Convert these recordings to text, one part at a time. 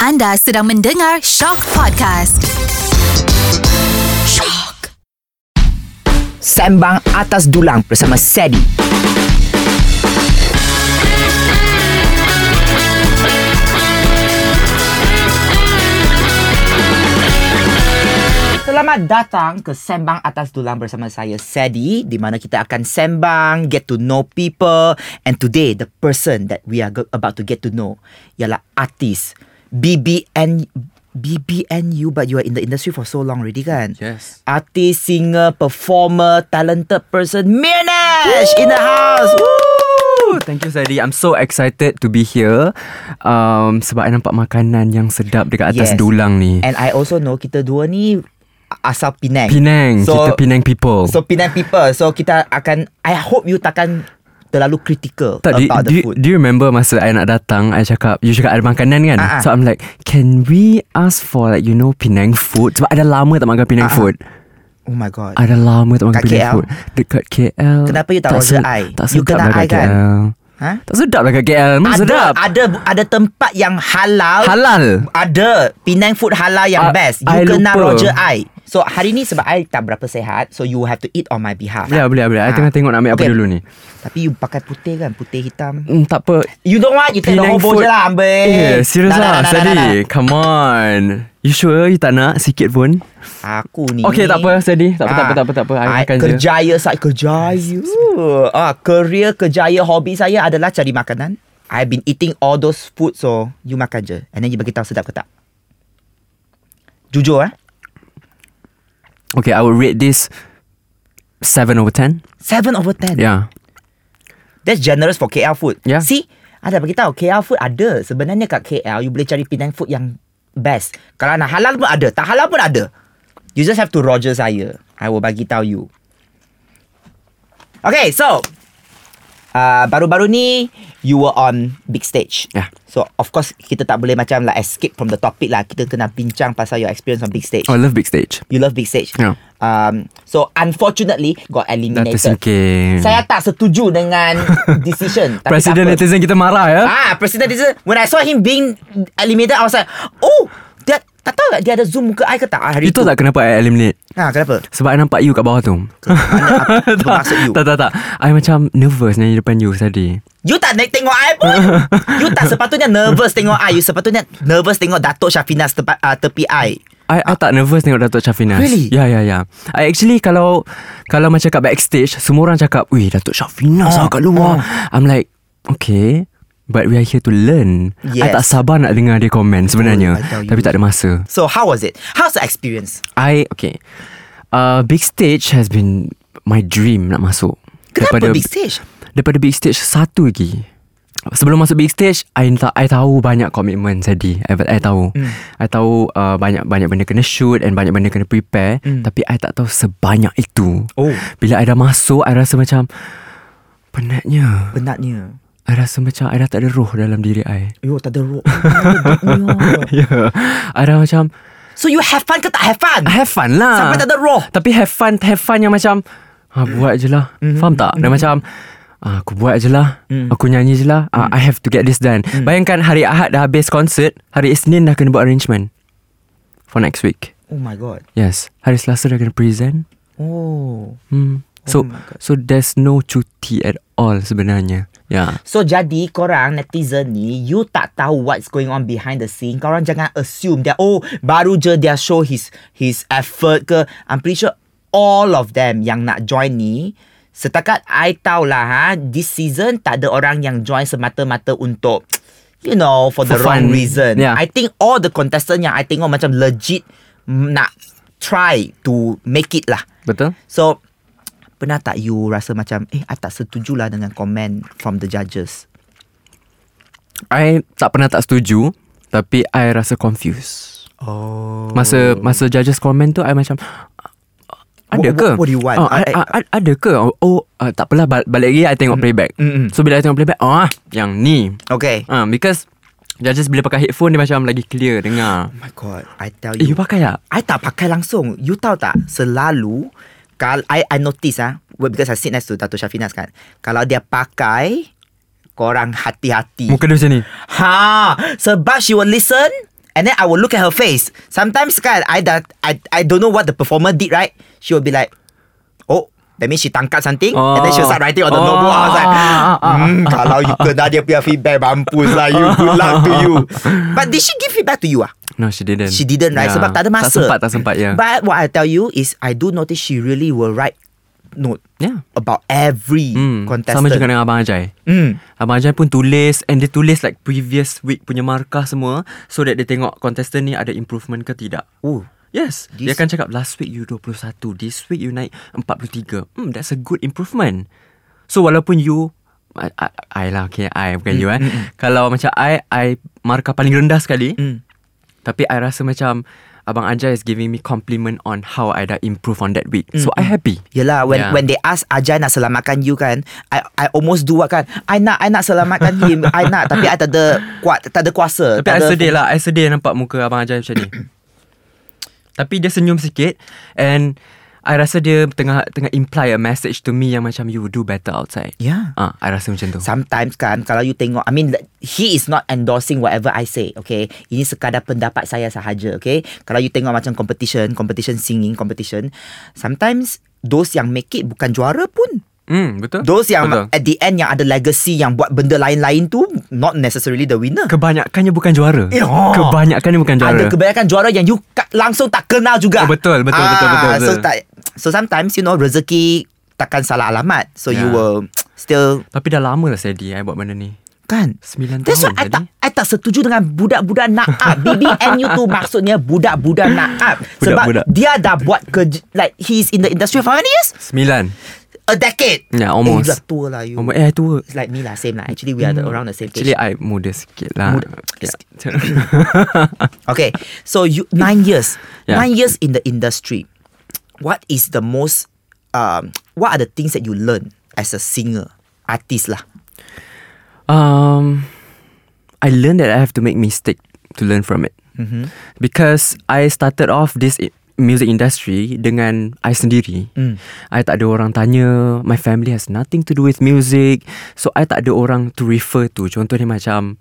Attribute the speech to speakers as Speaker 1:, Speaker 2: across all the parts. Speaker 1: Anda sedang mendengar Shock Podcast. Shock.
Speaker 2: Sembang Atas Dulang bersama Sedi. Selamat datang ke Sembang Atas Dulang bersama saya Sedi di mana kita akan sembang, get to know people and today the person that we are go- about to get to know ialah artis BBN BBNU but you are in the industry for so long already kan?
Speaker 3: Yes.
Speaker 2: Artis, singer, performer, talented person Mirnash in the house. Woo!
Speaker 3: Oh, Thank you Sadi I'm so excited to be here um, Sebab I nampak makanan yang sedap Dekat
Speaker 2: Yes.
Speaker 3: atas yes. dulang ni
Speaker 2: And I also know kita dua ni asal Penang.
Speaker 3: Penang so, Kita Penang people
Speaker 2: So Penang people. So kita akan I hope you takkan terlalu critical
Speaker 3: tak, do,
Speaker 2: about
Speaker 3: do,
Speaker 2: the
Speaker 3: you-
Speaker 2: food.
Speaker 3: do you remember masa I nak datang I cakap You cakap ada makanan kan
Speaker 2: Ah, ah.
Speaker 3: So I'm like Can we ask for like You know Penang food Sebab ada lama tak makan
Speaker 2: Ah,
Speaker 3: Penang
Speaker 2: ah.
Speaker 3: food
Speaker 2: oh my god.
Speaker 3: Ada lama tak makan
Speaker 2: Kat
Speaker 3: Penang
Speaker 2: KL?
Speaker 3: food Dekat KL
Speaker 2: Kenapa you tak order
Speaker 3: se-
Speaker 2: I?
Speaker 3: Tak
Speaker 2: You
Speaker 3: sedap
Speaker 2: kena
Speaker 3: lah
Speaker 2: I
Speaker 3: kat
Speaker 2: kan?
Speaker 3: KL
Speaker 2: Ha?
Speaker 3: Tak sedap lah kat KL Mana
Speaker 2: Ada
Speaker 3: sedap
Speaker 2: ada ada tempat yang halal.
Speaker 3: Halal
Speaker 2: Ada Penang food halal yang
Speaker 3: Ah,
Speaker 2: best. You
Speaker 3: I
Speaker 2: kena
Speaker 3: lupa.
Speaker 2: Roger I. So hari ni sebab I tak berapa sehat, so you have to eat on my behalf.
Speaker 3: Boleh lah, boleh lah, boleh lah. I
Speaker 2: Ah.
Speaker 3: tengah tengok nak ambil apa
Speaker 2: Okay.
Speaker 3: dulu ni
Speaker 2: Tapi you pakai putih kan, putih hitam.
Speaker 3: Hmm, Tak apa
Speaker 2: You don't want, you take the
Speaker 3: Penang
Speaker 2: hobo
Speaker 3: food.
Speaker 2: je lah ambil.
Speaker 3: Eh, serius
Speaker 2: Dah, dah,
Speaker 3: lah
Speaker 2: dah, dah, dah,
Speaker 3: Sadi Come on You sure you tak nak sikit pun
Speaker 2: dah. Aku ni.
Speaker 3: Okay tak apa Sadi Tak apa tak apa
Speaker 2: Ah,
Speaker 3: tak apa, tak apa. I,
Speaker 2: I
Speaker 3: makan je
Speaker 2: kerjaya saya kerjaya. Ah, career kerjaya hobi saya adalah cari makanan. I've been eating all those food so you makan je and then you bagi tahu sedap ke tak. Jujur eh?
Speaker 3: Okay I will rate this 7 over 10
Speaker 2: 7 over 10.
Speaker 3: Yeah
Speaker 2: That's generous for KL food.
Speaker 3: Yeah.
Speaker 2: See? Ada bagi tahu KL food ada. Sebenarnya kat KL you boleh cari Penang food yang best. Kalau nak halal pun ada, tak halal pun ada. You just have to roger saya. I will bagi tahu you. Okay, so uh, baru-baru ni you were on big stage.
Speaker 3: Yeah.
Speaker 2: So of course kita tak boleh macam like escape from the topic lah. Kita kena bincang pasal your experience on big stage.
Speaker 3: Oh I love big stage
Speaker 2: You love big stage.
Speaker 3: Yeah.
Speaker 2: Um, so unfortunately got
Speaker 3: Dah
Speaker 2: eliminated.
Speaker 3: tersingkir
Speaker 2: Saya tak setuju dengan decision. Tapi
Speaker 3: Presiden
Speaker 2: tak apa.
Speaker 3: netizen kita marah ya
Speaker 2: Ah, Presiden netizen. When I saw him being eliminated, I was like, oh, dia tak tahu tak dia ada zoom muka I ke tak Ah, hari
Speaker 3: You
Speaker 2: itu.
Speaker 3: tahu tak kenapa I eliminate
Speaker 2: Ha, kenapa?
Speaker 3: Sebab I nampak you kat bawah tu
Speaker 2: Apa maksud you?
Speaker 3: Tak tak tak I macam nervous Nyanyi depan you Sadi
Speaker 2: You tak naik tengok I pun. you tak sepatutnya nervous tengok I. You sepatutnya nervous tengok Datuk Syafina tepi, uh, tepi I.
Speaker 3: I, I tak nervous tengok Datuk
Speaker 2: Ah.
Speaker 3: Syafinas
Speaker 2: Really?
Speaker 3: Ya ya ya I actually kalau Kalau macam kat backstage Semua orang cakap Wih Datuk Syafinas
Speaker 2: Ah,
Speaker 3: lah kat luar I'm like Okay But we are here to learn
Speaker 2: Yes.
Speaker 3: I tak sabar nak dengar dia komen
Speaker 2: Oh,
Speaker 3: sebenarnya
Speaker 2: I tell you.
Speaker 3: Tapi tak ada masa
Speaker 2: So, how was it? How's the experience?
Speaker 3: I Okay uh, Big stage has been My dream nak masuk
Speaker 2: Kenapa big stage?
Speaker 3: Daripada big stage Satu lagi Sebelum masuk big stage I, ta- I tahu banyak komitmen Sadi I, I tahu
Speaker 2: Hmm.
Speaker 3: mm. I tahu uh, Banyak-banyak benda kena shoot And banyak benda kena prepare mm. Tapi I tak tahu Sebanyak itu
Speaker 2: Hmm. Oh.
Speaker 3: Bila I dah masuk I rasa macam Penatnya
Speaker 2: Penatnya.
Speaker 3: I rasa macam I dah tak ada roh dalam diri I
Speaker 2: Yo, tak ada rope. Oh.
Speaker 3: yeah. I dah macam
Speaker 2: so, you have fun ke tak have fun?
Speaker 3: I have fun lah
Speaker 2: Sampai tak ada roh.
Speaker 3: Tapi have fun Have fun yang macam ha, Buat je lah
Speaker 2: Mhm.
Speaker 3: mm-hmm. Faham tak? Dan macam ah, Aku buat je lah mm. Aku nyanyi je lah
Speaker 2: Mhm.
Speaker 3: ah, I have to get this done mm. Bayangkan hari Ahad dah habis konsert Hari Isnin dah kena buat arrangement For next week
Speaker 2: Oh my god.
Speaker 3: Yes Hari Selasa dah kena present
Speaker 2: Oh.
Speaker 3: hmm.
Speaker 2: Oh
Speaker 3: So
Speaker 2: my God.
Speaker 3: so there's no cuti at all sebenarnya Ya yeah.
Speaker 2: So jadi korang netizen ni You tak tahu what's going on behind the scene Korang jangan assume that Oh baru je dia show his his effort ke I'm pretty sure all of them yang nak join ni Setakat I tahu lah ha This season tak ada orang yang join semata-mata untuk You know for the
Speaker 3: For
Speaker 2: wrong
Speaker 3: fun.
Speaker 2: reason
Speaker 3: Yeah.
Speaker 2: I think all the contestant yang I tengok macam legit mm, Nak try to make it lah
Speaker 3: Betul?
Speaker 2: So Pernah tak you rasa macam Eh I tak setuju lah dengan komen From the judges
Speaker 3: I tak pernah tak setuju Tapi I rasa confused
Speaker 2: Oh
Speaker 3: Masa masa judges comment tu I macam ada
Speaker 2: What-
Speaker 3: ke?
Speaker 2: what- what do you want?
Speaker 3: Oh, I, I, I, ada ke? Oh, oh uh, tak apalah bal- balik lagi I tengok playback.
Speaker 2: mm-mm.
Speaker 3: So bila I tengok playback, ah yang ni.
Speaker 2: Okay
Speaker 3: Ah because judges bila pakai headphone dia macam lagi clear dengar.
Speaker 2: Oh my god I tell
Speaker 3: Eh,
Speaker 2: you
Speaker 3: you pakai tak?
Speaker 2: I tak pakai langsung You tahu tak Selalu kal I, I notice ah well, Because I sit next to Dato' Syafinas kan Kalau dia pakai Korang hati-hati
Speaker 3: Muka dia macam ni.
Speaker 2: Ha Sebab she will listen And then I will look at her face. Sometimes kan I dah I, I don't know what the performer did right. She will be like, oh, that means she tangkap something and then she'll start writing on the
Speaker 3: Oh.
Speaker 2: notebook. I was like,
Speaker 3: Ah, ah, ah,
Speaker 2: hmm, kalau you kena dia punya feedback mampus lah you. Good luck to you. But did she give feedback to you ah?
Speaker 3: No she didn't
Speaker 2: She didn't right
Speaker 3: Yeah.
Speaker 2: Sebab tak ada masa
Speaker 3: Tak sempat tak sempat ya yeah.
Speaker 2: But what I tell you Is I do notice She really will write Note
Speaker 3: Yeah.
Speaker 2: About every
Speaker 3: Hmm,
Speaker 2: Contestant
Speaker 3: Sama juga dengan Abang Ajay
Speaker 2: Hmm.
Speaker 3: Abang Ajay pun tulis And dia tulis like Previous week punya markah semua So that dia tengok Contestant ni ada improvement ke tidak Oh,
Speaker 2: Ooh.
Speaker 3: Yes
Speaker 2: This-
Speaker 3: Dia akan cakap Last week you 21 This week you naik 43 Hmm that's a good improvement So walaupun you I, I, I lah okay I bukan
Speaker 2: Hmm,
Speaker 3: you eh Kalau macam I I markah paling rendah sekali
Speaker 2: Mm.
Speaker 3: Tapi I rasa macam Abang Ajay is giving me compliment on how I dah improve on that week.
Speaker 2: Hmm,
Speaker 3: So I happy.
Speaker 2: Yelah when
Speaker 3: Yeah.
Speaker 2: when they ask Ajay nak selamatkan you kan I I almost do what kan I nak I nak selamatkan him I nak tapi I tak ada kuat tak ada kuasa
Speaker 3: Tapi
Speaker 2: tak
Speaker 3: I
Speaker 2: ada-
Speaker 3: sedih lah I sedih nampak muka Abang Ajay macam ni Tapi dia senyum sikit And I rasa dia tengah tengah imply a message to me Yang macam you will do better outside
Speaker 2: Yeah.
Speaker 3: Ah, I rasa macam tu
Speaker 2: Sometimes kan Kalau you tengok I mean He is not endorsing Whatever I say Okay Ini sekadar pendapat saya sahaja Okay Kalau you tengok macam competition Competition singing Competition Sometimes Those yang make it Bukan juara pun
Speaker 3: Hmm, betul
Speaker 2: Those yang
Speaker 3: betul.
Speaker 2: At the end Yang ada legacy Yang buat benda lain-lain tu Not necessarily the winner
Speaker 3: Kebanyakannya bukan juara
Speaker 2: Ya.
Speaker 3: Kebanyakannya bukan juara
Speaker 2: ada kebanyakan juara yang you ka- langsung tak kenal juga. Ah,
Speaker 3: Oh, betul, betul, betul, betul,
Speaker 2: So,
Speaker 3: betul.
Speaker 2: tak, so sometimes you know rezeki takkan salah alamat. So yeah. you
Speaker 3: Yeah.
Speaker 2: will still
Speaker 3: Tapi dah lama lah Sadie I buat benda ni
Speaker 2: kan.
Speaker 3: 9
Speaker 2: That's why
Speaker 3: tahun
Speaker 2: I
Speaker 3: eh?
Speaker 2: tak I tak setuju dengan budak-budak naab. BBNU tu maksudnya budak-budak naab. Sebab
Speaker 3: Budak-budak.
Speaker 2: dia dah buat kerja like he's in the industry for how many years?
Speaker 3: 9
Speaker 2: A decade. Eh,
Speaker 3: Yeah, Ya, almost.
Speaker 2: you dah tua lah you.
Speaker 3: Oh, eh I tua
Speaker 2: It's like me lah, same lah. Actually, we are the, around the same
Speaker 3: Actually
Speaker 2: age.
Speaker 3: I muda sikit lah
Speaker 2: Muda.
Speaker 3: yeah.
Speaker 2: Okay, so you nine years,
Speaker 3: Yeah.
Speaker 2: nine years in the industry. What is the most? Um, what are the things that you learn as a singer, artist lah?
Speaker 3: Um, I learned that I have to make mistake to learn from it. Mm-hmm. Because I started off this i- music industry dengan I sendiri. Mm. I tak ada orang tanya. My family has nothing to do with music. So I tak ada orang to refer to. Contohnya macam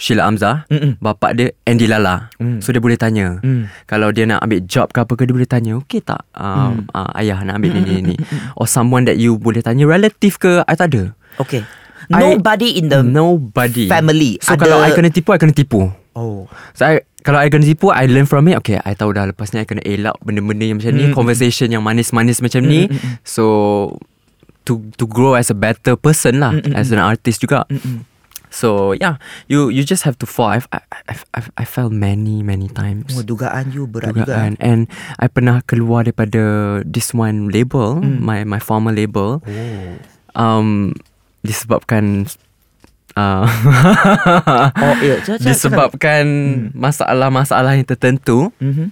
Speaker 3: Sheila Amzah Mm-mm. Bapak dia Andy Lala mm. So dia boleh tanya mm. Kalau dia nak ambil job ke apa ke Dia boleh tanya Okay tak um, mm. uh, Ayah nak ambil ni ni ni Or someone that you boleh tanya Relative ke I tak ada
Speaker 2: Okay,
Speaker 3: I-
Speaker 2: nobody in the
Speaker 3: nobody
Speaker 2: family
Speaker 3: So
Speaker 2: ada-
Speaker 3: kalau I kena tipu I kena tipu
Speaker 2: oh
Speaker 3: So I, kalau I kena tipu I learn from it Okay I tahu dah Lepas ni I kena elak Benda-benda yang macam ni Conversation yang manis-manis macam ni So To to grow as a better person lah As an artist juga So yeah You you just have to fall I've, I, I've, I've, I fell many many times
Speaker 2: oh, dugaan you berat
Speaker 3: dugaan and I pernah keluar daripada this one label
Speaker 2: Hmm.
Speaker 3: my my former label oh. um disebabkan uh,
Speaker 2: juga. Oh, eh, cakap- cakap-
Speaker 3: disebabkan
Speaker 2: Hmm.
Speaker 3: masalah-masalah yang tertentu mm-hmm.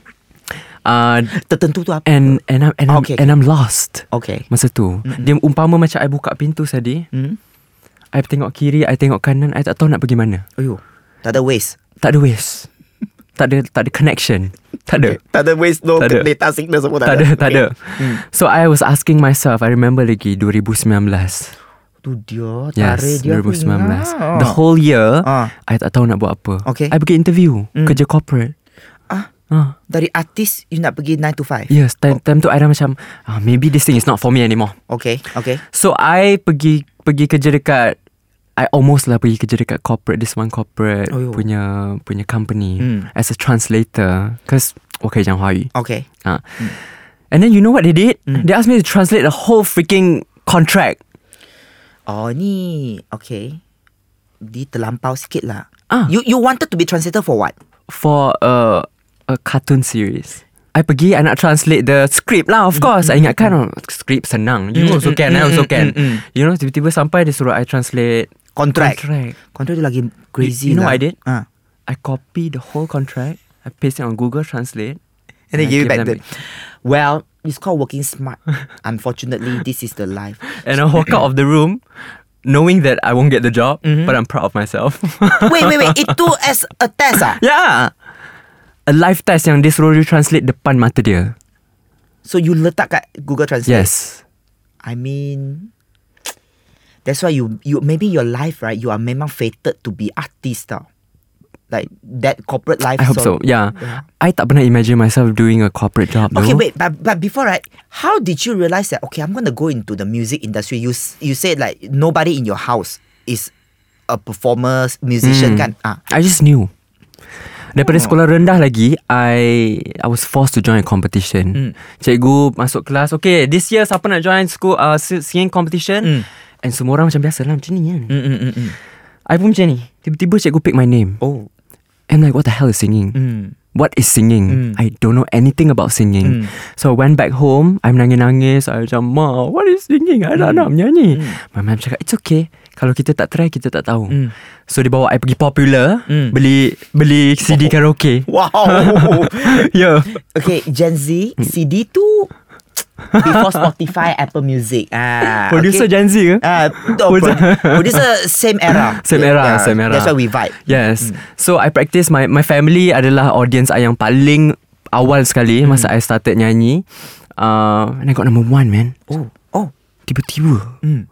Speaker 3: uh,
Speaker 2: cakap. tertentu tu apa?
Speaker 3: and and I'm, and, I'm,
Speaker 2: Okay, okay.
Speaker 3: and I'm lost
Speaker 2: okay,
Speaker 3: masa tu mm-hmm. dia umpama macam I buka pintu tadi
Speaker 2: hmm,
Speaker 3: I tengok kiri I tengok kanan I tak tahu nak pergi mana
Speaker 2: ayo, tak ada waste,
Speaker 3: tak ada ways tak ada tak ada connection tak ada
Speaker 2: tak ada waste, no
Speaker 3: Tak ada.
Speaker 2: data signal semua
Speaker 3: tak ada, tak ada.
Speaker 2: Okay.
Speaker 3: So I was asking myself, I remember lagi 2019.
Speaker 2: Tu dia,
Speaker 3: Yes,
Speaker 2: tarik dia aku
Speaker 3: 2019.
Speaker 2: ingat.
Speaker 3: The whole year,
Speaker 2: Ah.
Speaker 3: I tak tahu nak buat apa.
Speaker 2: Okay. Hmm.
Speaker 3: I pergi interview, kerja corporate.
Speaker 2: Ah.
Speaker 3: Ah.
Speaker 2: dari artis you nak pergi 9 to 5.
Speaker 3: Yes, time, time tu I dah macam, ah, maybe this thing is not for me anymore.
Speaker 2: Okay, okay.
Speaker 3: So I pergi pergi kerja dekat I almost lah pergi kerja dekat corporate this one corporate
Speaker 2: Oh, yo.
Speaker 3: punya punya company
Speaker 2: Mm.
Speaker 3: as a translator cause okay jangan Hawaii.
Speaker 2: Okay.
Speaker 3: Ah. And then you know what they did?
Speaker 2: Hmm.
Speaker 3: They asked me to translate the whole freaking contract.
Speaker 2: Oh ni Okay Dia terlampau sikit lah
Speaker 3: Ah.
Speaker 2: You you wanted to be translator for what?
Speaker 3: for a a cartoon series. I pergi I nak translate the script lah
Speaker 2: Hmm,
Speaker 3: of course. I ingatkan oh, script senang. You also can, I also can. You know tiba-tiba sampai dia suruh I translate
Speaker 2: hmm, Contract
Speaker 3: Contract.
Speaker 2: Contract tu lagi crazy
Speaker 3: you know
Speaker 2: lah
Speaker 3: what I did?
Speaker 2: Ah.
Speaker 3: I copy the whole contract. I paste it on Google Translate.
Speaker 2: And then
Speaker 3: I
Speaker 2: give it back
Speaker 3: them
Speaker 2: to Well It's called working smart Unfortunately This is the life
Speaker 3: And I walk out of the room knowing that I won't get the job,
Speaker 2: Mm-hmm.
Speaker 3: but I'm proud of myself.
Speaker 2: Wait wait wait Itu as a test ah?
Speaker 3: yeah. Ya. A live test yang dia suruh you translate depan mata dia.
Speaker 2: So you letak kat Google Translate
Speaker 3: Yes.
Speaker 2: I mean That's why you you Maybe your life right You are memang fated to be artist tau like that corporate life.
Speaker 3: I hope so. Yeah. I tak pernah imagine myself doing a corporate job.
Speaker 2: Okay,
Speaker 3: though.
Speaker 2: wait, but but before right, how did you realize that? Okay, I'm gonna go into the music industry. You s- you said like nobody in your house is a performer, musician,
Speaker 3: Hmm.
Speaker 2: kan? Ah,
Speaker 3: I just
Speaker 2: Oh.
Speaker 3: knew. Daripada sekolah rendah lagi, I I was forced to join a
Speaker 2: Hmm.
Speaker 3: competition. Cikgu masuk kelas, okay, this year siapa nak join school uh, si- singing
Speaker 2: Hmm.
Speaker 3: competition? And semua orang macam biasa lah, macam ni kan.
Speaker 2: mm, mm, mm, mm.
Speaker 3: I pun macam ni. Tiba-tiba cikgu pick my name.
Speaker 2: oh,
Speaker 3: I'm like, what the hell is singing?
Speaker 2: mm.
Speaker 3: What is singing? I don't know anything about singing. So I went back home. I'm nangis-nangis. I macam, Ma, what is singing? I
Speaker 2: Mm.
Speaker 3: tak nak menyanyi. My mum cakap, it's okay. Kalau kita tak try, kita tak tahu. So dia bawa I pergi popular.
Speaker 2: Mm. Oh.
Speaker 3: Beli beli CD karaoke. Ya.
Speaker 2: wow.
Speaker 3: yeah.
Speaker 2: okay, Gen Z CD tu before Spotify, Apple Music. Ah,
Speaker 3: Producer
Speaker 2: okay.
Speaker 3: Gen Z ke?
Speaker 2: Ah, no, pro- producer same era.
Speaker 3: Same era,
Speaker 2: Yeah,
Speaker 3: same era.
Speaker 2: That's why we vibe. Mm.
Speaker 3: Yes. So I practice my my family adalah audience I yang paling awal sekali
Speaker 2: Mm.
Speaker 3: masa I started nyanyi. Uh, and I got number one, man.
Speaker 2: Oh, oh,
Speaker 3: Tiba-tiba
Speaker 2: Hmm.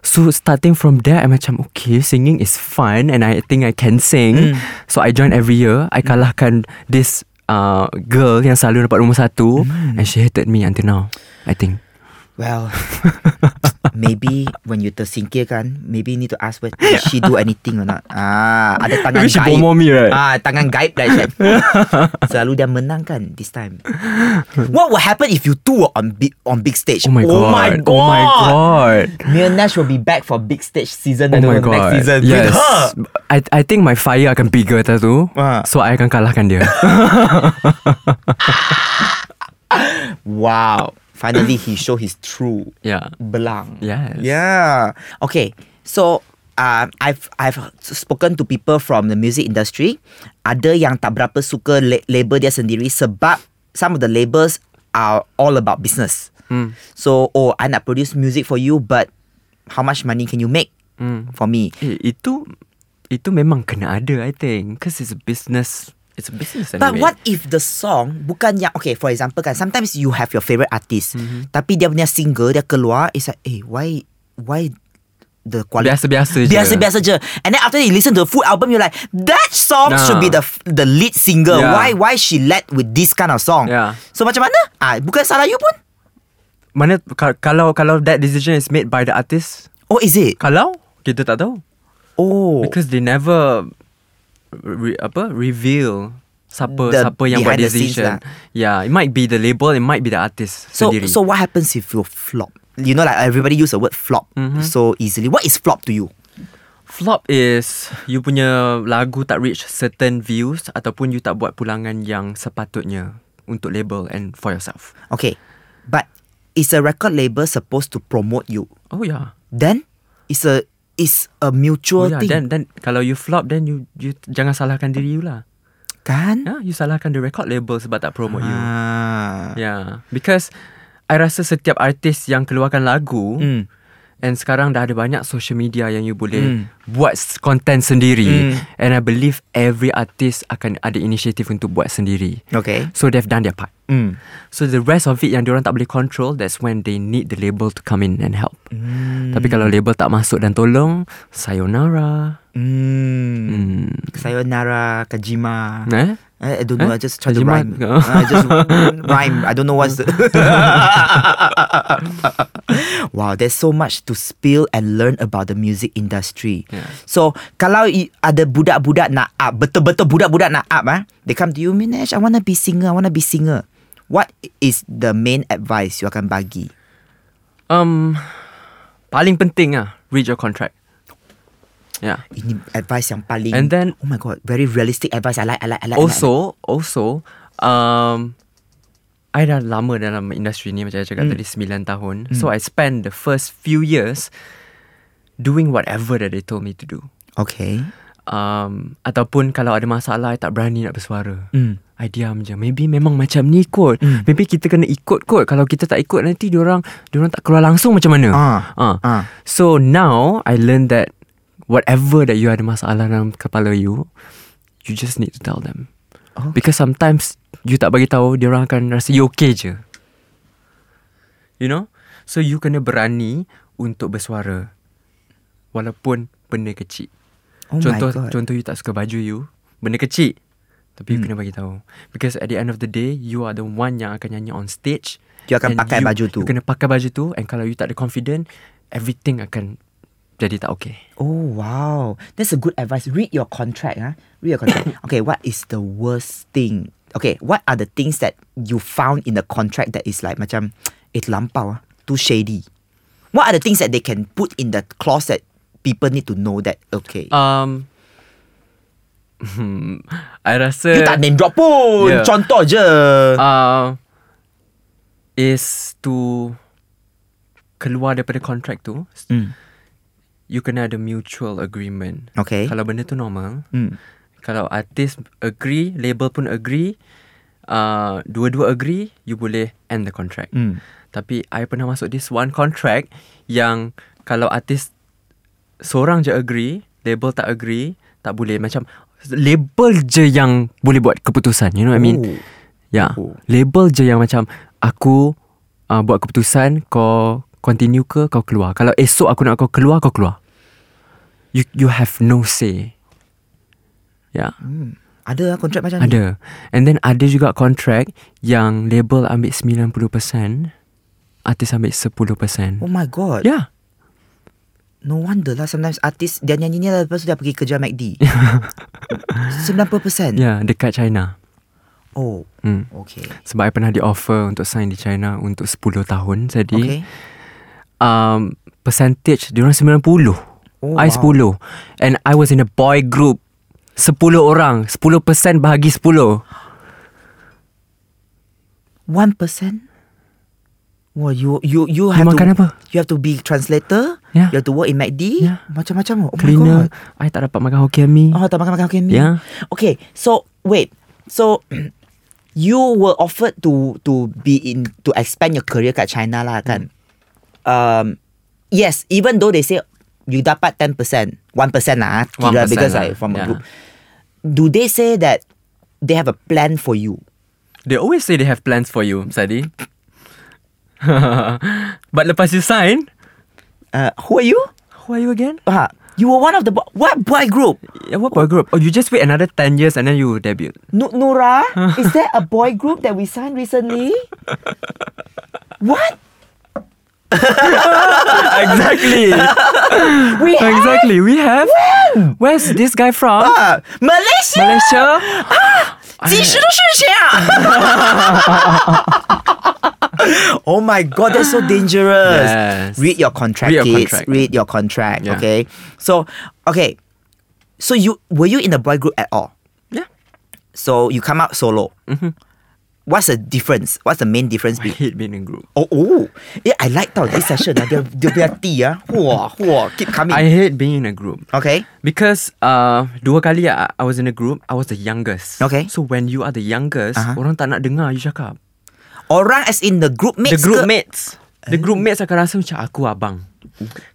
Speaker 3: So starting from there I macam Okay singing is fun And I think I can
Speaker 2: Hmm.
Speaker 3: sing So I join every year I kalahkan This uh, Girl yang selalu dapat nombor satu
Speaker 2: Hmm.
Speaker 3: And she hated me until now I think
Speaker 2: Well, maybe when you tersingkir kan, maybe you need to ask whether did she do anything or not. Ah, ada tangan
Speaker 3: Maybe she
Speaker 2: gaib.
Speaker 3: bomoh me, right?
Speaker 2: Ah, tangan gaib lah. Syed. Selalu dia menang kan this time. What will happen if you two were on big on big stage?
Speaker 3: Oh my god
Speaker 2: Oh my god.
Speaker 3: Oh my god
Speaker 2: Mia Nash will be back for big stage season
Speaker 3: Oh
Speaker 2: and the
Speaker 3: my
Speaker 2: next
Speaker 3: god
Speaker 2: season
Speaker 3: Yes
Speaker 2: with her.
Speaker 3: I, I think my fire akan bigger tau tu
Speaker 2: Ah.
Speaker 3: So I akan kalahkan dia
Speaker 2: Wow. Finally, he showed his true
Speaker 3: Yeah
Speaker 2: belang.
Speaker 3: Yes.
Speaker 2: Yeah. Okay. So um, I've I've spoken to people from the music industry. Ada yang tak berapa suka la- label dia sendiri sebab some of the labels are all about business. So oh, I nak produce music for you, but how much money can you make for me?
Speaker 3: eh, Itu Itu memang kena ada I think Cause it's a business It's a business anyway
Speaker 2: But what if the song bukan yang okay for example kan sometimes you have your favorite artist mm-hmm. tapi dia punya single dia keluar is like eh why why the quality
Speaker 3: Biasa-biasa je.
Speaker 2: biasa-biasa je and then after you listen to the full album you're like that song
Speaker 3: Nah.
Speaker 2: should be the f- the lead single
Speaker 3: Yeah.
Speaker 2: why why she led with this kind of song
Speaker 3: Yeah.
Speaker 2: so macam mana ah bukan salah you pun
Speaker 3: Mana ka- kalau kalau that decision is made by the artist,
Speaker 2: oh is it
Speaker 3: kalau kita tak tahu
Speaker 2: oh
Speaker 3: because they never re, apa reveal siapa
Speaker 2: The
Speaker 3: siapa yang buat
Speaker 2: behind the scenes
Speaker 3: decision.
Speaker 2: lah.
Speaker 3: Yeah, it might be the label, it might be the artist
Speaker 2: so
Speaker 3: sendiri.
Speaker 2: so what happens if you flop you know like everybody use the word flop
Speaker 3: Mm-hmm.
Speaker 2: so easily what is flop to you
Speaker 3: flop is you punya lagu tak reach certain views ataupun you tak buat pulangan yang sepatutnya untuk label and for yourself.
Speaker 2: Okay, but is a record label supposed to promote you?
Speaker 3: Oh yeah.
Speaker 2: Then it's a it's a
Speaker 3: Oh
Speaker 2: mutual
Speaker 3: yeah,
Speaker 2: thing,
Speaker 3: then then kalau you flop then you you jangan salahkan diri you lah.
Speaker 2: kan?
Speaker 3: Yeah, you salahkan the record label sebab tak promote you.
Speaker 2: Ah,
Speaker 3: Yeah, Ya, because I rasa setiap artis yang keluarkan lagu
Speaker 2: Mm.
Speaker 3: and sekarang dah ada banyak social media yang you boleh buat s- content sendiri and I believe every artist akan ada inisiatif untuk buat sendiri.
Speaker 2: okay.
Speaker 3: So they've done their part.
Speaker 2: Mm.
Speaker 3: So the rest of it yang diorang tak boleh control That's when they need the label to come in and help Tapi kalau label tak masuk dan tolong Sayonara
Speaker 2: Mm.
Speaker 3: hmm.
Speaker 2: Sayonara, Kajima.
Speaker 3: Eh?
Speaker 2: I I don't know.
Speaker 3: Eh?
Speaker 2: I just try
Speaker 3: Kajima-
Speaker 2: to rhyme. I just rhyme. I don't know what's the. wow, there's so much to spill and learn about the music industry.
Speaker 3: Yeah.
Speaker 2: So kalau i- ada budak-budak nak up, betul-betul budak-budak nak up, ah, they come to you, Minesh, I wanna be singer, I wanna be singer. What is the main advice you akan bagi?
Speaker 3: Um, Paling penting lah Read your contract Ya. Yeah
Speaker 2: Ini advice yang paling
Speaker 3: And then-
Speaker 2: Oh my god Very realistic advice I like I like I like I like, I like.
Speaker 3: Also Also um, I dah lama dalam industri ni Macam saya cakap tadi 9 tahun So I spent the first few years Doing whatever that they told me to do
Speaker 2: Okay
Speaker 3: um, Ataupun kalau ada masalah I tak berani nak bersuara
Speaker 2: Hmm.
Speaker 3: I diam je Maybe memang macam ni kot Maybe kita kena ikut kot Kalau kita tak ikut nanti Diorang Diorang tak keluar langsung macam mana
Speaker 2: Ah.
Speaker 3: Ah.
Speaker 2: Ah.
Speaker 3: So now I learned that Whatever that you ada masalah dalam kepala you You just need to tell them
Speaker 2: Okay.
Speaker 3: Because sometimes You tak bagi tahu Diorang akan rasa you okay je You know So you kena berani Untuk bersuara Walaupun benda kecil
Speaker 2: Oh my
Speaker 3: contoh
Speaker 2: god Hmm.
Speaker 3: contoh you tak suka baju you Benda kecil Tapi you kena bagi tahu Because at the end of the day You are the one yang akan nyanyi on stage
Speaker 2: You akan
Speaker 3: and
Speaker 2: pakai
Speaker 3: you,
Speaker 2: baju tu.
Speaker 3: You kena pakai baju tu And kalau you tak ada confident Everything akan Jadi tak okay
Speaker 2: Oh wow, that's a good advice. Read your contract, huh? Read your contract. okay, what is the worst thing? Okay, what are the things that you found in the contract that is like macam it lampau ah, too shady? What are the things that they can put in the clause that people need to know that okay?
Speaker 3: Um hmm, I rasa
Speaker 2: you tak name drop pun,
Speaker 3: Yeah.
Speaker 2: contoh je.
Speaker 3: uh, is to keluar daripada kontrak tu
Speaker 2: Mm.
Speaker 3: you kena ada mutual agreement
Speaker 2: Okay.
Speaker 3: kalau benda tu normal
Speaker 2: Mm.
Speaker 3: kalau artis agree label pun agree uh, dua-dua agree you boleh end the contract
Speaker 2: Mm.
Speaker 3: tapi I pernah masuk this one contract yang kalau artis seorang je agree label tak agree tak boleh macam label je yang boleh buat keputusan you know what I mean
Speaker 2: Oh.
Speaker 3: Ya.
Speaker 2: Oh.
Speaker 3: Yeah. Label je yang macam aku uh, buat keputusan kau continue ke kau keluar. Kalau esok aku nak kau keluar kau keluar. You you have no say. Ya. Yeah.
Speaker 2: Ada lah kontrak macam ni.
Speaker 3: Ada. And then ada juga contract yang label ambil 90%, artis ambil Ya. 10%.
Speaker 2: Oh my god.
Speaker 3: Yeah.
Speaker 2: No wonder lah sometimes artis dia nyanyi ni lah lepas tu dia pergi kerja MACD. 90%.
Speaker 3: Ya, yeah, dekat China.
Speaker 2: Oh.
Speaker 3: Hmm.
Speaker 2: Okay.
Speaker 3: Sebab I pernah di offer untuk sign di China untuk 10 tahun jadi.
Speaker 2: Okay.
Speaker 3: um, percentage diorang 90.
Speaker 2: Oh,
Speaker 3: Oh, I
Speaker 2: wow.
Speaker 3: 10. And I was in a boy group. 10 orang. 10% bahagi 10.
Speaker 2: One percent. Well, you you you have
Speaker 3: makan
Speaker 2: to
Speaker 3: apa?
Speaker 2: you have to be translator.
Speaker 3: Yeah.
Speaker 2: You have to work in MACD.
Speaker 3: Yeah.
Speaker 2: Macam-macam. Oh
Speaker 3: Cleaner.
Speaker 2: my god.
Speaker 3: I tak dapat makan Hokkien Mee.
Speaker 2: Oh, tak makan makan Hokkien Mee.
Speaker 3: Yeah.
Speaker 2: Okay. So wait. So you were offered to to be in to expand your career kat China lah kan. Um, yes. Even though they say you dapat 10%, 1% lah. ah, Kira
Speaker 3: 1%
Speaker 2: because
Speaker 3: lah,
Speaker 2: I from a
Speaker 3: yeah.
Speaker 2: group. Do they say that they have a plan for you?
Speaker 3: They always say they have plans for you, Sadi. But lepas you sign,
Speaker 2: Uh, who are you?
Speaker 3: who are you again?
Speaker 2: Ah, you were one of the bo- what boy group?
Speaker 3: Yeah, what boy group? Oh, you just wait another 10 years and then you debut.
Speaker 2: Nu- Nura, is there a boy group that we signed recently? What?
Speaker 3: exactly.
Speaker 2: We have
Speaker 3: exactly. We have. Where's this guy from?
Speaker 2: uh, Malaysia.
Speaker 3: Malaysia? I-
Speaker 2: 几时的事情啊？oh my god, that's so dangerous.
Speaker 3: Yes.
Speaker 2: Read your contract,
Speaker 3: Read your
Speaker 2: kids.
Speaker 3: contract.
Speaker 2: Read your contract.
Speaker 3: Yeah.
Speaker 2: Okay. So, okay. So you were you in a boy group at all?
Speaker 3: Yeah.
Speaker 2: So you come out solo.
Speaker 3: Mm-hmm.
Speaker 2: What's the difference? What's the main difference
Speaker 3: I
Speaker 2: between?
Speaker 3: hate being in group.
Speaker 2: Oh, oh. Yeah, I like tau this session. ah. Dia dia berarti ah. Wah, wah, keep coming.
Speaker 3: I hate being in a group.
Speaker 2: okay.
Speaker 3: Because uh, dua kali I, I was in a group, I was the youngest.
Speaker 2: Okay.
Speaker 3: So when you are the youngest,
Speaker 2: Aha.
Speaker 3: uh-huh. orang tak nak dengar you cakap.
Speaker 2: Orang as in the group mates
Speaker 3: The group
Speaker 2: ke?
Speaker 3: mates. The group mates akan rasa macam aku abang.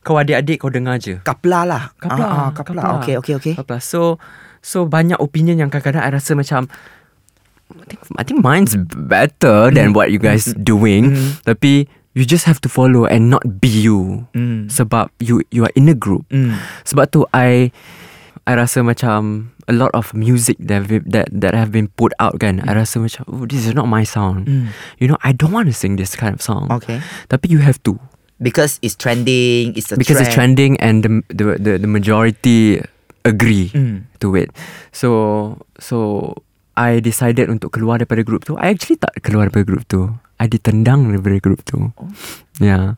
Speaker 3: Kau adik-adik kau dengar je.
Speaker 2: Kapla lah.
Speaker 3: Kapla.
Speaker 2: Ah, ah, kapla. Okay, okay, okay.
Speaker 3: Kapla. So so banyak opinion yang kadang-kadang I rasa macam I think, I think mine's better
Speaker 2: Hmm.
Speaker 3: than what you guys doing. Tapi you just have to follow and not be you.
Speaker 2: Hmm.
Speaker 3: Sebab you you are in a group. Sebab tu I I rasa macam a lot of music that have- that that have been put out kan.
Speaker 2: Hmm.
Speaker 3: I rasa macam oh this is not my sound. You know I don't want to sing this kind of song.
Speaker 2: Okay.
Speaker 3: Tapi you have to
Speaker 2: Because it's trending. It's a
Speaker 3: because
Speaker 2: trend.
Speaker 3: it's trending and the the the, the majority agree
Speaker 2: Mm.
Speaker 3: to it. So so I decided untuk keluar daripada group tu. I actually tak keluar daripada group tu. I ditendang daripada group tu. Oh. Yeah. Ah.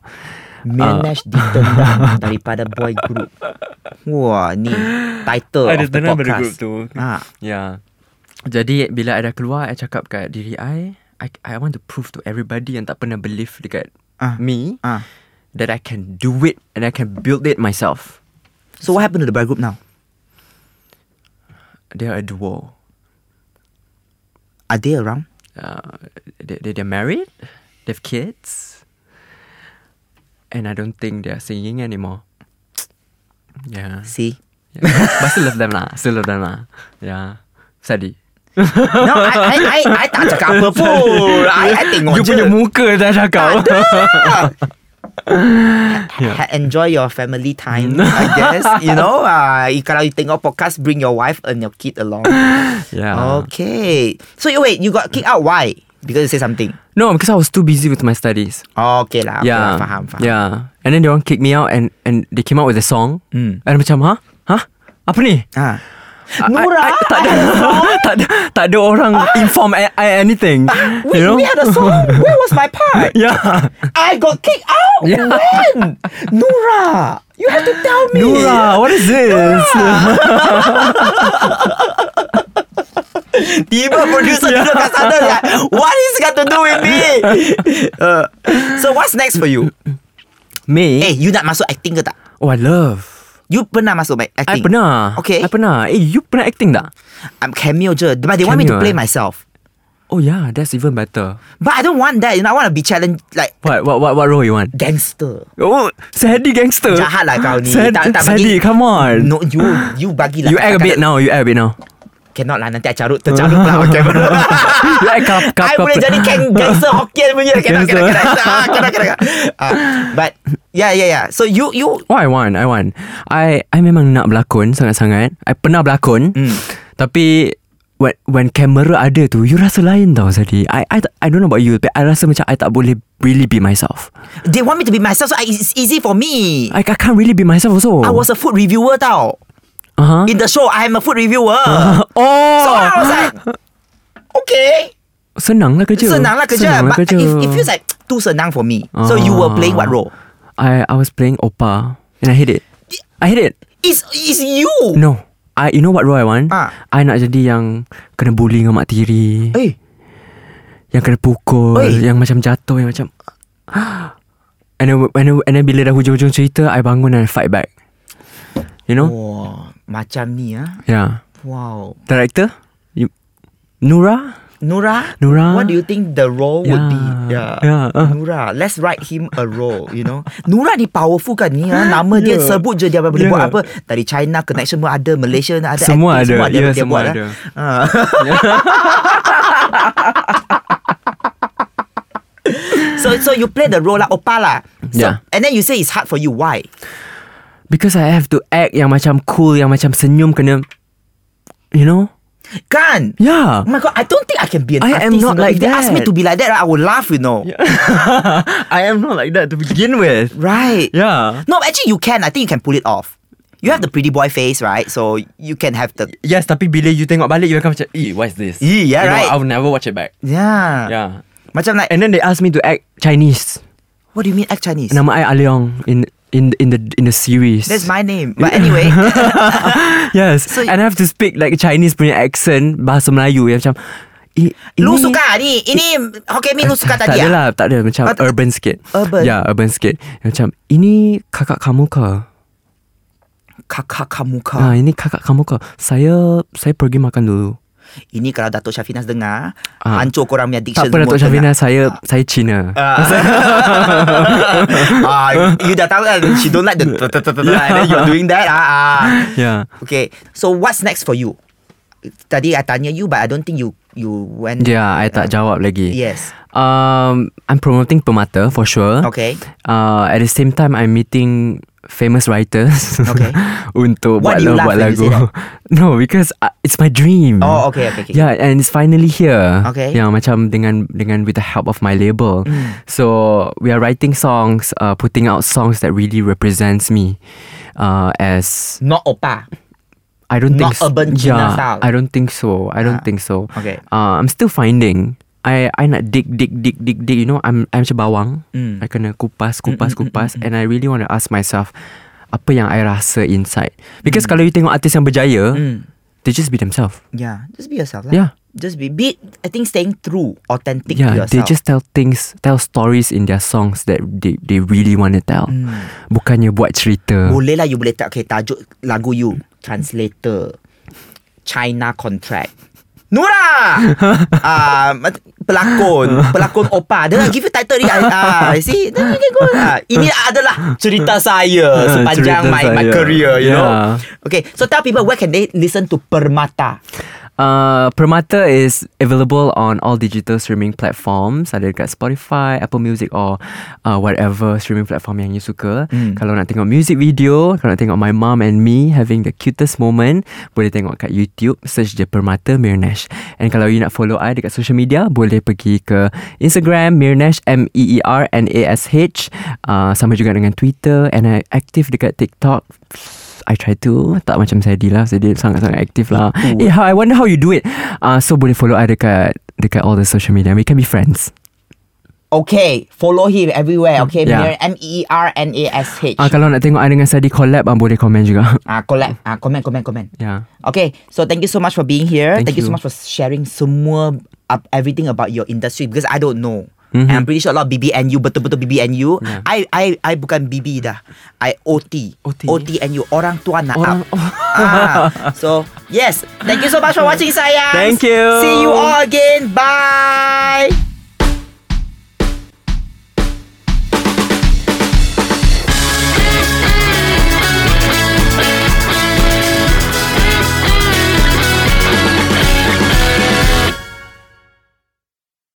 Speaker 2: Menash ditendang daripada boy group. Wah, ni title
Speaker 3: I
Speaker 2: of the
Speaker 3: ditendang
Speaker 2: podcast.
Speaker 3: daripada group tu.
Speaker 2: Ah,
Speaker 3: Yeah. Ya. Jadi bila I dah keluar I cakap kat diri I I I want to prove to everybody yang tak pernah believe dekat
Speaker 2: Ah.
Speaker 3: me
Speaker 2: ah.
Speaker 3: that I can do it and I can build it myself.
Speaker 2: So what happened to the boy group now?
Speaker 3: They are a duo.
Speaker 2: Are they around?
Speaker 3: uh, they, they- they're married, they have kids, and I don't think they're singing anymore. Yeah.
Speaker 2: See?
Speaker 3: yeah. but I still love them lah. Still love them lah. Yeah. Sedih.
Speaker 2: No, I, I, I, I tak cakap apa pun. I, I tengok
Speaker 3: You
Speaker 2: je.
Speaker 3: punya muka dah cakap.
Speaker 2: Ah. Ha- Enjoy your family time I guess You know uh, Kalau you tengok podcast Bring your wife and your kid along Oh.
Speaker 3: Yeah.
Speaker 2: Okay So you wait You got kicked out Why? Because you say something
Speaker 3: No, because I was too busy with my studies.
Speaker 2: Okay lah okay lah,
Speaker 3: yeah.
Speaker 2: Faham faham
Speaker 3: Yeah. And then they want kick me out and and they came out with a song.
Speaker 2: Mm.
Speaker 3: And macam, ha? Ha? Apa ni?
Speaker 2: Ah.
Speaker 3: I-
Speaker 2: Nora,
Speaker 3: I, I, tak ada, tak ada, tak ada orang inform I, I anything.
Speaker 2: Ah, We,
Speaker 3: you know?
Speaker 2: we had a song Where was my part?
Speaker 3: yeah.
Speaker 2: I got kicked out
Speaker 3: Yeah.
Speaker 2: When? Nora You have to tell me
Speaker 3: Nura, what is this?
Speaker 2: Tiba producer duduk kat sana like, What is got to do with me? uh, so what's next for you?
Speaker 3: Me?
Speaker 2: Eh, you nak masuk acting ke tak?
Speaker 3: Oh, I love.
Speaker 2: You pernah masuk ba-
Speaker 3: I
Speaker 2: acting?
Speaker 3: pernah.
Speaker 2: Okay.
Speaker 3: I pernah. Eh, you pernah acting tak?
Speaker 2: I'm cameo je. But they want me to
Speaker 3: Cameo,
Speaker 2: play
Speaker 3: eh?
Speaker 2: myself.
Speaker 3: Oh yeah, that's even better.
Speaker 2: But I don't want that. You know, I want to be challenged like
Speaker 3: What what what what role you want?
Speaker 2: gangster.
Speaker 3: Oh, sehadi gangster.
Speaker 2: Jahat lah kau ni.
Speaker 3: Sehadi,
Speaker 2: Tak- tak
Speaker 3: sehadi
Speaker 2: bagi-
Speaker 3: Uh, come on.
Speaker 2: No, you you bagilah.
Speaker 3: you act a
Speaker 2: Kata-kata-
Speaker 3: bit now. You act a bit now.
Speaker 2: Cannot lah, nanti I carut. Tercarut pula on camera.
Speaker 3: you act kap kap
Speaker 2: I
Speaker 3: kap.
Speaker 2: boleh jadi kang gangster Hokkien punya. Cannot, cannot,
Speaker 3: Gangster.
Speaker 2: cannot. Ah, Cannot, cannot. cannot. Ah, But, yeah, yeah, yeah. So you, you,
Speaker 3: Oh, I want, I want. I I memang nak berlakon sangat-sangat. I pernah berlakon.
Speaker 2: Mm.
Speaker 3: Tapi when when kamera ada tu, you rasa lain tau Sadi. I I tak- I don't know about you, but I rasa macam I tak boleh really be myself.
Speaker 2: they want me to be myself so I, it's easy for me.
Speaker 3: I, I can't really be myself also.
Speaker 2: I was a food reviewer tau.
Speaker 3: Uh-huh.
Speaker 2: In the show, I am a food reviewer.
Speaker 3: oh.
Speaker 2: So I was like, okay,
Speaker 3: senang lah kerja.
Speaker 2: senang lah kerja.
Speaker 3: Senang lah
Speaker 2: but
Speaker 3: kerja.
Speaker 2: It, it feels like too senang for me. So you were playing what role?
Speaker 3: I I was playing oppa and I hate it. I hate it.
Speaker 2: It's, it's you.
Speaker 3: No. I you know what role I want?
Speaker 2: Ah.
Speaker 3: I nak jadi yang kena bully dengan mak tiri.
Speaker 2: Eh,
Speaker 3: Yang kena pukul
Speaker 2: Oi.
Speaker 3: Yang macam jatuh Yang macam and then, and, then, and then bila dah hujung-hujung cerita I bangun and I fight back
Speaker 2: Oh.
Speaker 3: You know
Speaker 2: wah, macam ni ah.
Speaker 3: Yeah
Speaker 2: Wow.
Speaker 3: Director you, Nura
Speaker 2: Nura,
Speaker 3: Nura.
Speaker 2: what do you think the role would be?
Speaker 3: Yeah. Yeah, ah.
Speaker 2: Nura, let's write him a role, you know. Nura ni powerful kan ni, ah. nama dia
Speaker 3: Yeah.
Speaker 2: sebut je dia boleh
Speaker 3: Yeah.
Speaker 2: buat apa. Dari China, connection semua ada, Malaysia ada,
Speaker 3: Semua
Speaker 2: acting, semua
Speaker 3: ada.
Speaker 2: dia,
Speaker 3: Yeah,
Speaker 2: dia
Speaker 3: semua
Speaker 2: buat,
Speaker 3: ada.
Speaker 2: Ah. so so you play the role lah, opa lah. So,
Speaker 3: Yeah.
Speaker 2: And then you say it's hard for you. Why?
Speaker 3: Because I have to act Yang macam cool Yang macam senyum kena You know
Speaker 2: Kan?
Speaker 3: Yeah
Speaker 2: Oh my god, I don't think I can be an
Speaker 3: I
Speaker 2: artist.
Speaker 3: am not
Speaker 2: you know.
Speaker 3: like
Speaker 2: If they ask me
Speaker 3: that.
Speaker 2: to be like that, right, I would laugh. You know,
Speaker 3: I am not like that To begin with
Speaker 2: right?
Speaker 3: Yeah
Speaker 2: No, but actually you can. I think you can pull it off. You have the pretty boy face, right? So you can have the
Speaker 3: Yes tapi bila you tengok balik You akan macam Eh what's this
Speaker 2: Eh, yeah,
Speaker 3: You know,
Speaker 2: right. Ah.
Speaker 3: I will never watch it back
Speaker 2: yeah.
Speaker 3: Yeah
Speaker 2: Macam like,
Speaker 3: And then they asked me to act Chinese
Speaker 2: what do you mean act Chinese?
Speaker 3: Nama I Aliong in in in the in the series.
Speaker 2: That's my name. But anyway,
Speaker 3: yes.
Speaker 2: So-
Speaker 3: and I have to speak like Chinese punya accent bahasa Melayu yang macam "I- ini-
Speaker 2: lu suka ni, ini Hokkien Min lu suka
Speaker 3: tak
Speaker 2: tadi ya?
Speaker 3: ada lah, tak ada macam
Speaker 2: Oh, tak-
Speaker 3: urban sikit.
Speaker 2: Urban.
Speaker 3: Ya, yeah, urban sikit. Macam ini kakak kamu ke?
Speaker 2: Kakak kamu ka.
Speaker 3: Ah, ini kakak kamu ke? Saya saya pergi makan dulu.
Speaker 2: Ini kalau Dato' Syafinas dengar,
Speaker 3: Ah.
Speaker 2: hancur korang punya diction
Speaker 3: Tak apa Datuk
Speaker 2: tengah.
Speaker 3: Syafina, saya saya Cina.
Speaker 2: ah, you dah tahu kan, she don't like the and then you're doing that. Ah, ah.
Speaker 3: Yeah.
Speaker 2: Okay, so what's next for you? Tadi I tanya you, but I don't think you you went.
Speaker 3: Yeah, Ya,
Speaker 2: Ah.
Speaker 3: I tak jawab lagi.
Speaker 2: Yes.
Speaker 3: Um, I'm promoting Permata for sure.
Speaker 2: Okay.
Speaker 3: Uh, at the same time, I'm meeting famous writers.
Speaker 2: Okay.
Speaker 3: untuk
Speaker 2: Why
Speaker 3: buat,
Speaker 2: do you
Speaker 3: la-
Speaker 2: laugh
Speaker 3: buat
Speaker 2: when you
Speaker 3: lagu.
Speaker 2: say
Speaker 3: No, because uh, it's my dream.
Speaker 2: Oh, okay, okay, okay.
Speaker 3: Yeah, and it's finally here.
Speaker 2: Okay. Hmm.
Speaker 3: Yang macam dengan dengan with the help of my label. So we are writing songs, uh, putting out songs that really represents me. Uh, as
Speaker 2: Not oppa.
Speaker 3: I don't
Speaker 2: Not
Speaker 3: think so.
Speaker 2: urban Cina
Speaker 3: yeah,
Speaker 2: style.
Speaker 3: I don't think so. I don't
Speaker 2: Ah,
Speaker 3: think so.
Speaker 2: okay.
Speaker 3: Uh, I'm still finding. I I nak dig dig dig dig dig. You know, I'm I'm macam bawang.
Speaker 2: Mm.
Speaker 3: I kena kupas kupas kupas. And I really want to ask myself, apa yang I rasa inside? Because
Speaker 2: Hmm.
Speaker 3: kalau you tengok artis yang berjaya,
Speaker 2: Mm.
Speaker 3: they just be themselves.
Speaker 2: Yeah, just be yourself. lah.
Speaker 3: Yeah.
Speaker 2: Just be, be, I think staying true, authentic to
Speaker 3: Yeah,
Speaker 2: yourself.
Speaker 3: they just tell things, tell stories in their songs that they they really want to tell.
Speaker 2: Hmm.
Speaker 3: Bukannya buat cerita.
Speaker 2: Boleh lah you boleh tak, okay, tajuk lagu you. Translator. China Contract. Nura! uh, pelakon. Pelakon opa. Dia nak give you title ni. Uh, see? Then you can go lah. Ini adalah cerita saya sepanjang
Speaker 3: Cerita
Speaker 2: my, my
Speaker 3: saya.
Speaker 2: career, you know.
Speaker 3: Yeah.
Speaker 2: Okay, so tell people where can they listen to Permata?
Speaker 3: uh, Permata is available on all digital streaming platforms. Ada dekat Spotify, Apple Music or uh, whatever streaming platform yang you suka. Mm. Kalau nak tengok music video, kalau nak tengok My Mom and Me having the cutest moment, boleh tengok kat YouTube. Search je Permata Mirnash. And kalau you nak follow I dekat social media, boleh pergi ke Instagram E Mirnash M-E-E-R-N-A-S-H. Uh, sama juga dengan Twitter and I active dekat TikTok. I try to Tak macam Sadie lah Sadie sangat-sangat aktif lah Eh how, I wonder how you do it uh, So boleh follow I dekat Dekat all the social media We can be friends
Speaker 2: Okay, follow him everywhere. Okay,
Speaker 3: Mm, Yeah.
Speaker 2: yeah. M E E R N A S H.
Speaker 3: uh, Kalau nak tengok I dengan Sadie collab uh, Boleh komen juga
Speaker 2: Ah, collab. Ah, comment, comment, comment.
Speaker 3: Yeah
Speaker 2: Okay, so thank you so much for being here.
Speaker 3: Thank
Speaker 2: Thank, you. so
Speaker 3: you.
Speaker 2: much for sharing semua up everything about your industry because I don't know.
Speaker 3: Mm-hmm.
Speaker 2: And I'm pretty sure a lot of BBNU betul-betul BBNU. I I I bukan BB dah. I OT.
Speaker 3: OT?
Speaker 2: OTNU orang tua nak
Speaker 3: Orang- Oh.
Speaker 2: up. ah. So, yes. Thank you so much for watching saya.
Speaker 3: Thank you.
Speaker 2: See you all again.